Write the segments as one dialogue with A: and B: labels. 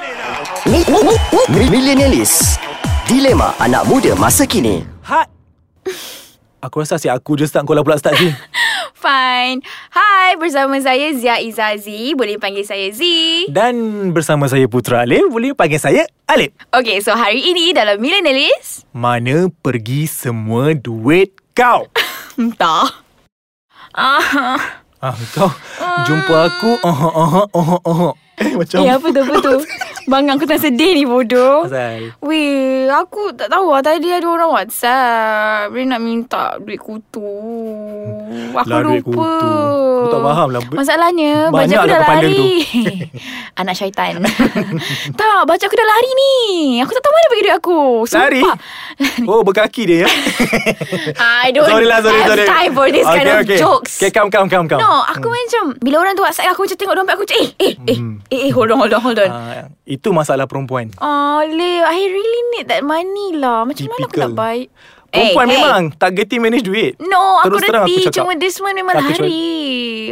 A: Mi- mi- mi- mi- Millenialis Dilema anak muda masa kini
B: Hat Aku rasa asyik aku je start kau lah pula start je
C: Fine. Hai, bersama saya Zia Izazi. Boleh panggil saya Z.
B: Dan bersama saya Putra Alif Boleh panggil saya Alif
C: Okay, so hari ini dalam Millennialist...
B: Mana pergi semua duit kau?
C: Entah. Ah,
B: Ah, kau jumpa aku oh oh oh oh Eh macam
C: eh, apa tu, apa tu? Bang, aku tak sedih ni, bodoh.
B: Azal
C: Weh, aku tak tahu lah. Tadi ada orang WhatsApp. Dia nak minta duit kutu. Aku
B: Lah,
C: lupa.
B: duit kutu. Aku tak faham lah. Banyak
C: Masalahnya, baca
B: dah
C: aku dah
B: kepala
C: lari. Anak syaitan. tak, baca aku dah lari ni. Aku tak tahu mana pergi duit aku. Sumpah.
B: Lari? Oh berkaki dia ya
C: I don't
B: Sorry lah sorry
C: have
B: sorry
C: time for this kind
B: Okay,
C: of
B: okay.
C: jokes.
B: Okay come come come come
C: No, aku macam bila orang tu WhatsApp aku macam tengok dompet aku macam eh eh eh eh, eh hold on hold on hold on.
B: Hmm. Ah, Itu masalah perempuan
C: Oh, Leo, I really need that money lah. Macam mana aku
B: Typical.
C: nak buy?
B: Perempuan
C: Eh, eh.
B: memang tak gerti manage duit
C: No, aku
B: Terus terang aku
C: reti.
B: cakap.
C: Cuma this one memang
B: Aku
C: lari.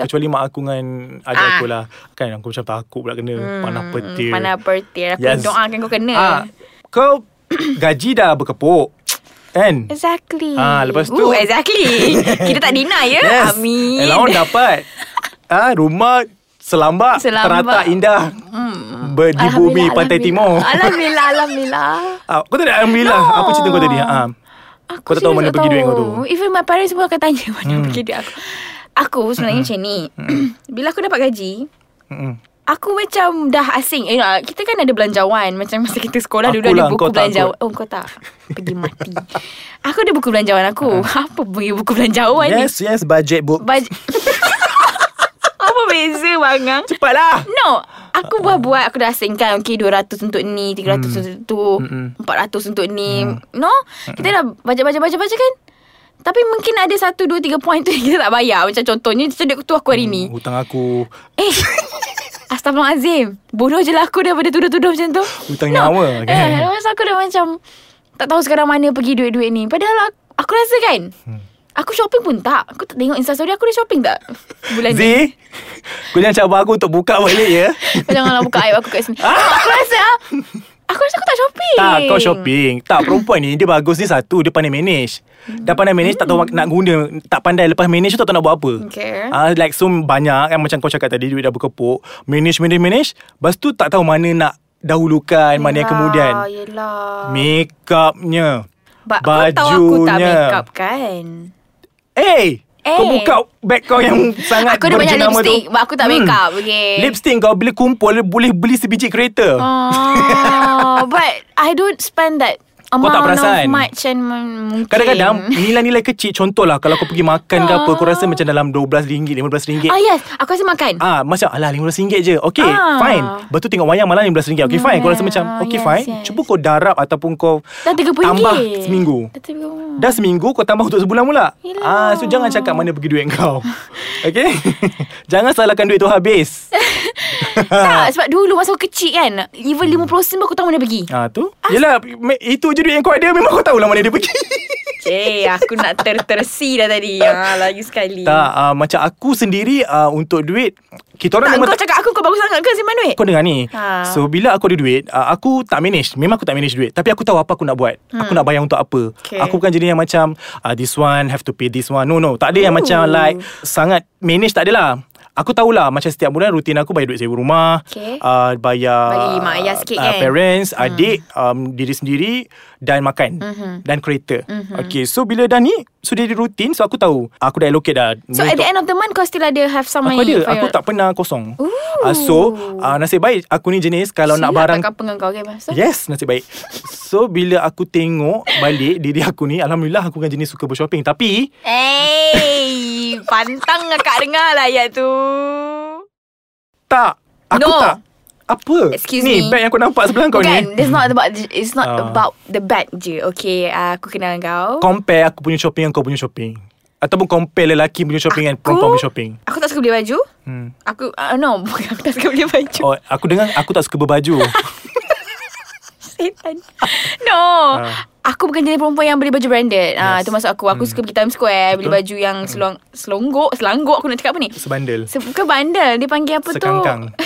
B: Kecuali mak aku dengan adik
C: Ya. Ah.
B: aku lah Kan aku macam takut pula kena hmm, Panah petir
C: Mana petir. Aku
B: Yes.
C: doakan kau kena.
B: ah, Kau gaji dah berkepuk Kan
C: Exactly.
B: Ah, lepas tu-
C: Ooh, exactly. Kita tak deny ya.
B: Yes
C: Amin.
B: Allowance dapat ah, Rumah selambak,
C: Selambak. Hmm.
B: Terata indah ber, Di bumi
C: Alhamdulillah,
B: pantai timur
C: Alhamdulillah, Alhamdulillah. alhamdulillah.
B: ah, Kau tak ada Alhamdulillah
C: No.
B: Apa cerita kau tadi ah,
C: Aku
B: Kau tak tahu
C: serius
B: mana pergi duit kau tu. Hmm.
C: Even my parents pun akan tanya Mana pergi duit aku Aku sebenarnya macam ni Bila aku dapat gaji
B: Mm-mm.
C: Aku macam dah asing eh, nak- Kita kan ada belanjawan Macam masa kita sekolah Dulu
B: Akulah,
C: ada buku
B: lah, kau tak,
C: belanjawan Oh kau tak Pergi mati Aku ada buku belanjawan aku Apa punya buku belanjawan
B: Hmm.
C: ni
B: Yes yes budget book
C: Baj- Apa beza ah? bangang
B: Cepatlah
C: No Aku buat buat Aku dah asingkan Okay 200 untuk ni 300
B: Hmm.
C: untuk tu 400 untuk ni No Kita dah baca-baca-baca-baca kan Tapi mungkin ada 1, 2, 3 point tu yang Kita tak bayar Macam contohnya Macam duit tu aku hari ni
B: Hutang aku
C: Eh Astagfirullahalazim Bodoh je lah aku Daripada tuduh-tuduh macam tu
B: Hutang nyawa
C: okay. eh,
B: kan?
C: Lepas tu aku dah macam Tak tahu sekarang mana pergi duit-duit ni Padahal aku, aku rasa kan
B: Hmm.
C: Aku shopping pun tak Aku tak tengok instastory Aku dah shopping tak Bulan ni
B: Z Kau jangan cabar aku Untuk buka balik ya
C: Kau janganlah buka aib aku kat sini Aku rasa ah, Aku rasa aku tak shopping
B: Tak kau shopping Tak perempuan ni Dia bagus ni satu Dia pandai manage Dah pandai manage Tak tahu nak guna Tak pandai lepas manage tu Tak tahu nak buat apa
C: Okay.
B: Ah, Like so banyak kan Macam kau cakap tadi Duit dah berkepuk Manage manage manage Lepas tu tak tahu mana nak Dahulukan Mana
C: Ya,
B: yang kemudian
C: Ah, Yelah, Yelah
B: Make upnya
C: But kau tahu aku tak make up kan
B: Eh Kau
C: Eh.
B: buka beg kau yang sangat
C: Aku ada banyak
B: berjenama
C: lipstick
B: tu. Hmm.
C: But aku tak make up Okay
B: Lipstick kau bila kumpul Boleh beli sebiji kereta
C: Oh, But I don't spend that Amount
B: tak perasan?
C: of much and m- mungkin
B: Kadang-kadang nilai-nilai kecil Contohlah kalau kau pergi makan ke apa Kau rasa
C: Oh.
B: macam dalam RM12, RM15
C: Ah yes Aku rasa makan
B: eh, Ah, macam alah RM15 je. Okay,
C: Ah.
B: fine. Lepas tu tengok wayang malam RM15. Okay, fine. Kau rasa macam, okay,
C: yes,
B: fine.
C: yes.
B: Cuba kau darab ataupun kau
C: Dah RM30
B: tambah seminggu.
C: Dah RM30
B: Dah seminggu kau tambah untuk sebulan pula. Ah,
C: Yelah.
B: so jangan cakap mana pergi duit kau. Okay? jangan salahkan duit tu habis. Ha.
C: Tak sebab dulu Masa aku kecil kan Even RM50 pun aku tahu mana pergi
B: ah, tu. Yelah, me- itu je duit yang kau ada memang kau tahulah mana dia pergi.
C: Cik, Eh, aku nak ter-tersi dah tadi. Ha, lagi sekali.
B: tak, ah, macam aku sendiri ah, untuk duit kita orang
C: Tak,
B: memang
C: kau cakap aku kau bagus sangat ke simpan duit?
B: kau dengar ni ha.
C: Ha.
B: So bila aku ada duit uh, Aku tak manage Memang aku tak manage duit Tapi aku tahu apa aku nak buat hmm. Aku nak bayar untuk apa okay.
C: Okay.
B: Aku bukan jenis yang macam uh, This one have to pay this one No no Tak ada yang
C: Ooh.
B: macam like Sangat manage tak adalah Aku tahulah Macam setiap bulan rutin aku Bayar duit sewa rumah
C: Okay.
B: uh, Bayar ah,
C: Bagi mak ayah sikit kan?
B: Parents Adik um, Diri sendiri Dan makan
C: Mhm.
B: Dan kereta Okay so bila dah ni So dia rutin So aku tahu Aku dah allocate dah
C: So
B: Duit
C: at
B: untuk-
C: the end of the month kau still ada have some
B: Aku ada
C: money? for
B: Aku
C: your-
B: tak pernah kosong uh, So uh, Nasib baik Aku ni jenis Kalau nak
C: Silap
B: barang Ya.
C: tak apa dengan kau okay, Mas?
B: Yes nasib baik So bila aku tengok Balik diri aku ni Alhamdulillah aku kan jenis Suka bershopping Tapi
C: Hey, pantang akak dengar lah ayat tu.
B: Tak Aku
C: No.
B: tak Apa
C: Excuse
B: ni,
C: me.
B: Ni bag yang aku nampak Sebelah kau
C: Bukan,
B: ni
C: it's not about the, it's not
B: Ah.
C: about the bad je. Okay, uh, aku kenal kau.
B: Compare aku punya shopping Dengan kau punya shopping Ataupun compare lelaki punya shopping Dengan perempuan punya shopping
C: Aku tak suka beli baju.
B: hmm.
C: Aku uh, no, bukan aku tak suka beli baju.
B: oh, Aku dengar Aku tak suka berbaju
C: Setan No
B: Ah.
C: Aku bukan jenis perempuan yang beli baju branded Ah,
B: Yes. Hmm.
C: Itu maksud aku Aku suka pergi Times Square
B: Betul.
C: Beli
B: Hmm.
C: baju yang selong, selonggok Selanggok aku nak cakap apa ni
B: Sebandel
C: Se- Bukan bandel Dia panggil apa
B: Sekangkang
C: tu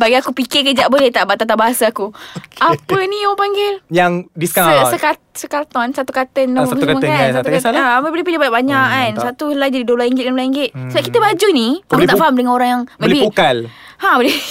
C: Bagi aku fikir kejap boleh tak Batas bahasa aku okay. Apa ni orang panggil
B: Yang
C: Se,
B: discount.
C: sekat, sekarton Satu karton
B: Ah,
C: nombor
B: satu
C: semua
B: karton kan, tak
C: karton
B: kisahlah.
C: ah, Abang boleh pilih banyak-banyak
B: Hmm,
C: kan
B: mantap.
C: Satu lah jadi dolar ringgit Lima ringgit hmm. Sebab
B: Hmm.
C: kita baju ni
B: Kau
C: Aku
B: boleh
C: tak
B: bu-
C: faham dengan orang yang
B: Boleh pukal.
C: Ha boleh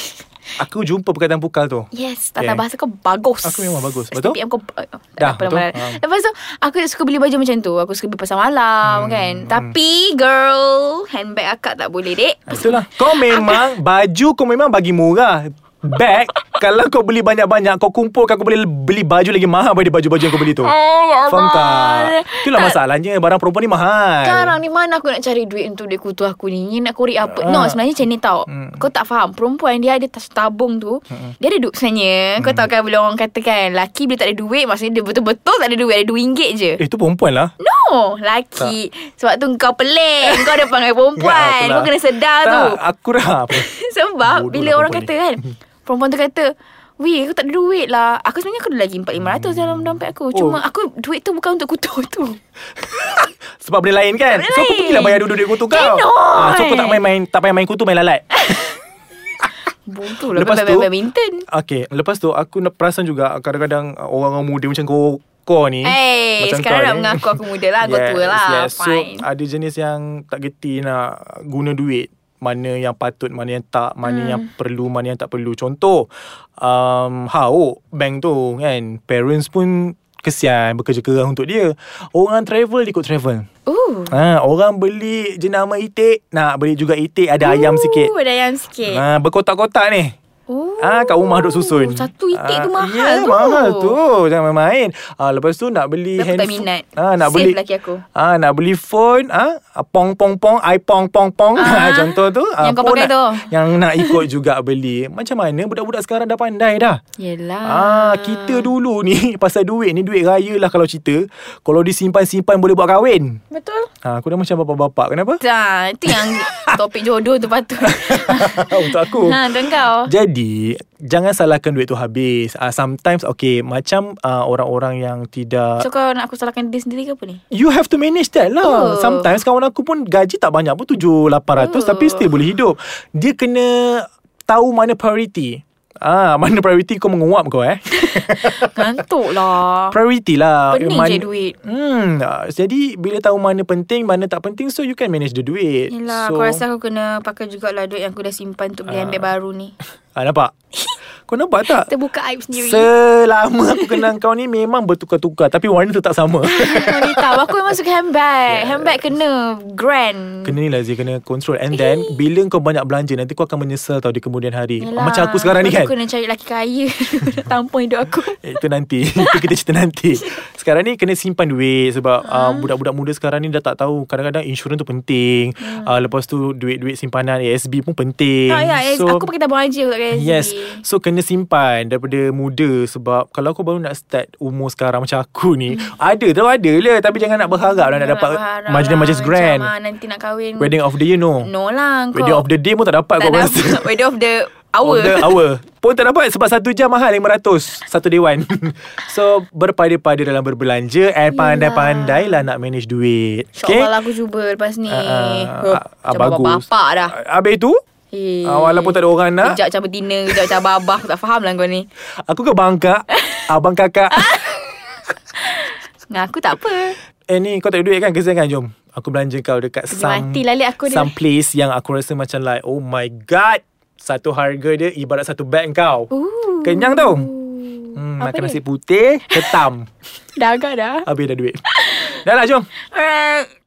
B: Aku jumpa perkataan pukal tu.
C: Yes Tata
B: Okay.
C: bahasa kau bagus
B: Aku memang bagus. Betul?
C: STPM kau eh, tak
B: Dah,
C: apa
B: betul? Ah.
C: nama dia.
B: Faham.
C: Lepas tu Aku suka beli baju macam tu Aku suka beli pasar malam
B: Hmm,
C: kan
B: hmm.
C: Tapi girl Handbag akak tak boleh dek
B: Itulah. lah. Kau memang baju kau memang bagi murah. Bag kalau kau beli banyak-banyak kau kumpulkan kau boleh beli baju lagi mahal daripada baju-baju yang kau beli tu.
C: Eh, ya
B: Faham
C: Allah.
B: tak? Itulah
C: Tak.
B: masalahnya barang perempuan ni mahal.
C: Sekarang ni mana aku nak cari duit untuk duit kutu aku ni? Ni nak korek apa? No,
B: Ah.
C: sebenarnya macam ni tau.
B: Hmm.
C: Kau tak faham. Perempuan dia ada tas tabung tu. Dia ada duit sebenarnya.
B: Hmm.
C: Kau tahu kan bila orang kata kan. Laki bila tak ada duit. Maksudnya dia betul-betul tak ada duit. Ada RM2 je.
B: Eh, itu perempuan lah.
C: No, laki. Sebab tu kau pelik. kau ada panggil perempuan.
B: Itulah.
C: kau kena sedar
B: Ya, lah. tak,
C: tu.
B: Aku dah apa.
C: Sebab
B: Bodoh lah
C: bila orang kata
B: perempuan
C: kan. Perempuan tu kata. Weh aku tak ada duit lah Aku sebenarnya aku ada lagi 4-500 dalam dompet aku Cuma
B: Hmm. Oh.
C: aku duit tu bukan untuk kutu tu
B: Sebab benda lain kan
C: Benda
B: So aku
C: lain.
B: pergilah bayar duduk duit kutu kau
C: Cannot.
B: Ah, So aku tak main-main Tak payah main kutu main lalat
C: Bodoh lah
B: Lepas
C: main- main
B: tu-
C: badminton
B: Okay Lepas tu aku nak perasan juga Kadang-kadang uh, orang-orang muda macam kau kau ni
C: Hey,
B: macam
C: Eh, sekarang
B: kau
C: nak
B: ni.
C: mengaku aku muda lah, aku tua lah,
B: So
C: fine.
B: ada jenis yang tak geti nak guna duit Mana yang patut, mana yang tak Mana hmm. yang perlu, mana yang tak perlu Contoh um, Hauk bank tu kan Parents pun kesian bekerja keras untuk dia Orang travel dia ikut travel
C: Ooh.
B: Ha, orang beli jenama itik, nak beli juga itik ada Ooh. ayam sikit.
C: Ada ayam sikit.
B: Ha, berkotak-kotak ni.
C: Oh.
B: Ah, ha, kat rumah duk susun.
C: Satu itik tu
B: Ah,
C: mahal
B: ya,
C: tu.
B: mahal tu. Jangan main-main. Ah, lepas tu nak beli
C: Tapi aku tak
B: handphone.
C: minat.
B: Ah, nak
C: Save
B: beli
C: laki aku.
B: Ah, nak beli phone, ah, pong pong pong, iPong pong pong. Ah,
C: Ah,
B: contoh tu.
C: yang kau
B: pun
C: pakai
B: nak,
C: tu.
B: Yang nak ikut juga beli. Macam mana budak-budak sekarang dah pandai dah.
C: Yelah.
B: Ah, kita dulu ni pasal duit ni duit raya lah kalau cerita. Kalau disimpan-simpan boleh buat kahwin.
C: Betul?
B: Ah, aku dah macam bapak-bapak. Kenapa?
C: Dah, itu yang topik jodoh tu patut.
B: Untuk aku
C: ha, untuk kau.
B: Jadi Jangan salahkan duit tu habis uh, Sometimes Okay Macam uh, orang-orang yang tidak
C: So kau nak aku salahkan diri sendiri ke apa ni?
B: You have to manage that lah
C: Oh.
B: Sometimes kawan aku pun Gaji tak banyak pun 7-800
C: Oh.
B: Tapi still boleh hidup Dia kena Tahu mana priority Ah, mana priority kau menguap kau eh?
C: Ngantuk lah.
B: Priority lah.
C: Pening
B: Man-
C: je duit.
B: Hmm, ah, jadi bila tahu mana penting, mana tak penting, so you can manage the duit.
C: Yelah,
B: so,
C: aku rasa aku kena pakai jugalah duit yang aku dah simpan untuk beli handbag baru ni.
B: Ah, nampak? kau nampak tak?
C: Terbuka aib sendiri.
B: Selama aku kenal kau ni Memang bertukar-tukar Tapi warna tu tak sama
C: Kau tahu, aku memang suka handbag. Handbag kena grand.
B: Kena ni lah Zee Kena control And then Bila kau banyak belanja Nanti kau akan menyesal tau Di kemudian hari
C: Yelah,
B: Macam aku sekarang ni kan
C: sebab Aku kena cari lelaki kaya Tampung hidup aku
B: Eh, itu nanti Itu kita cerita nanti Sekarang ni kena simpan duit Sebab
C: Ah.
B: uh, budak-budak muda sekarang ni Dah tak tahu Kadang-kadang insurans tu penting uh, Lepas tu duit-duit simpanan ASB pun penting
C: Tak Hmm. ya so, Aku pakai tabung haji Aku tak pakai SD
B: Eh, Yes So kena simpan Daripada muda Sebab Kalau kau baru nak start Umur sekarang Macam aku ni Ada tu ada lah Tapi jangan nak berharap lah Nak
C: Hmm. Jangan
B: dapat
C: berharap lah
B: Majlis-majlis
C: macam,
B: grand
C: ah, Nanti nak kahwin
B: Wedding of the year no
C: No lah kau
B: Wedding of the day pun tak dapat
C: Tak
B: kau
C: ada
B: rasa
C: Wedding of the hour
B: Of the hour Pun tak dapat Sebab satu jam mahal 500 Satu dewan So Berpada-pada dalam berbelanja And pandai-pandai lah Nak manage duit
C: InsyaAllah okay. aku cuba lepas ni
B: Ah, ah, ah,
C: Macam
B: bagus.
C: bapak dah
B: Habis tu
C: Eh.
B: ah, Walaupun tak ada orang nak
C: Kejap macam betina Kejap macam abah Aku tak faham lah kau ni
B: Aku ke Ah, Bangkok Abang kakak
C: Ngaku tak apa
B: Eh ni kau tak ada duit kan Kesian kan jom Aku belanja kau dekat
C: Pergi
B: some
C: mati lalik aku ni.
B: Some place yang aku rasa macam like Oh my god Satu harga dia Ibarat satu bag kau
C: Ooh.
B: Kenyang tau hmm,
C: Apa
B: Makan
C: dia?
B: nasi putih Ketam
C: Dah agak dah
B: Habis dah duit Dah lah jom
C: Alright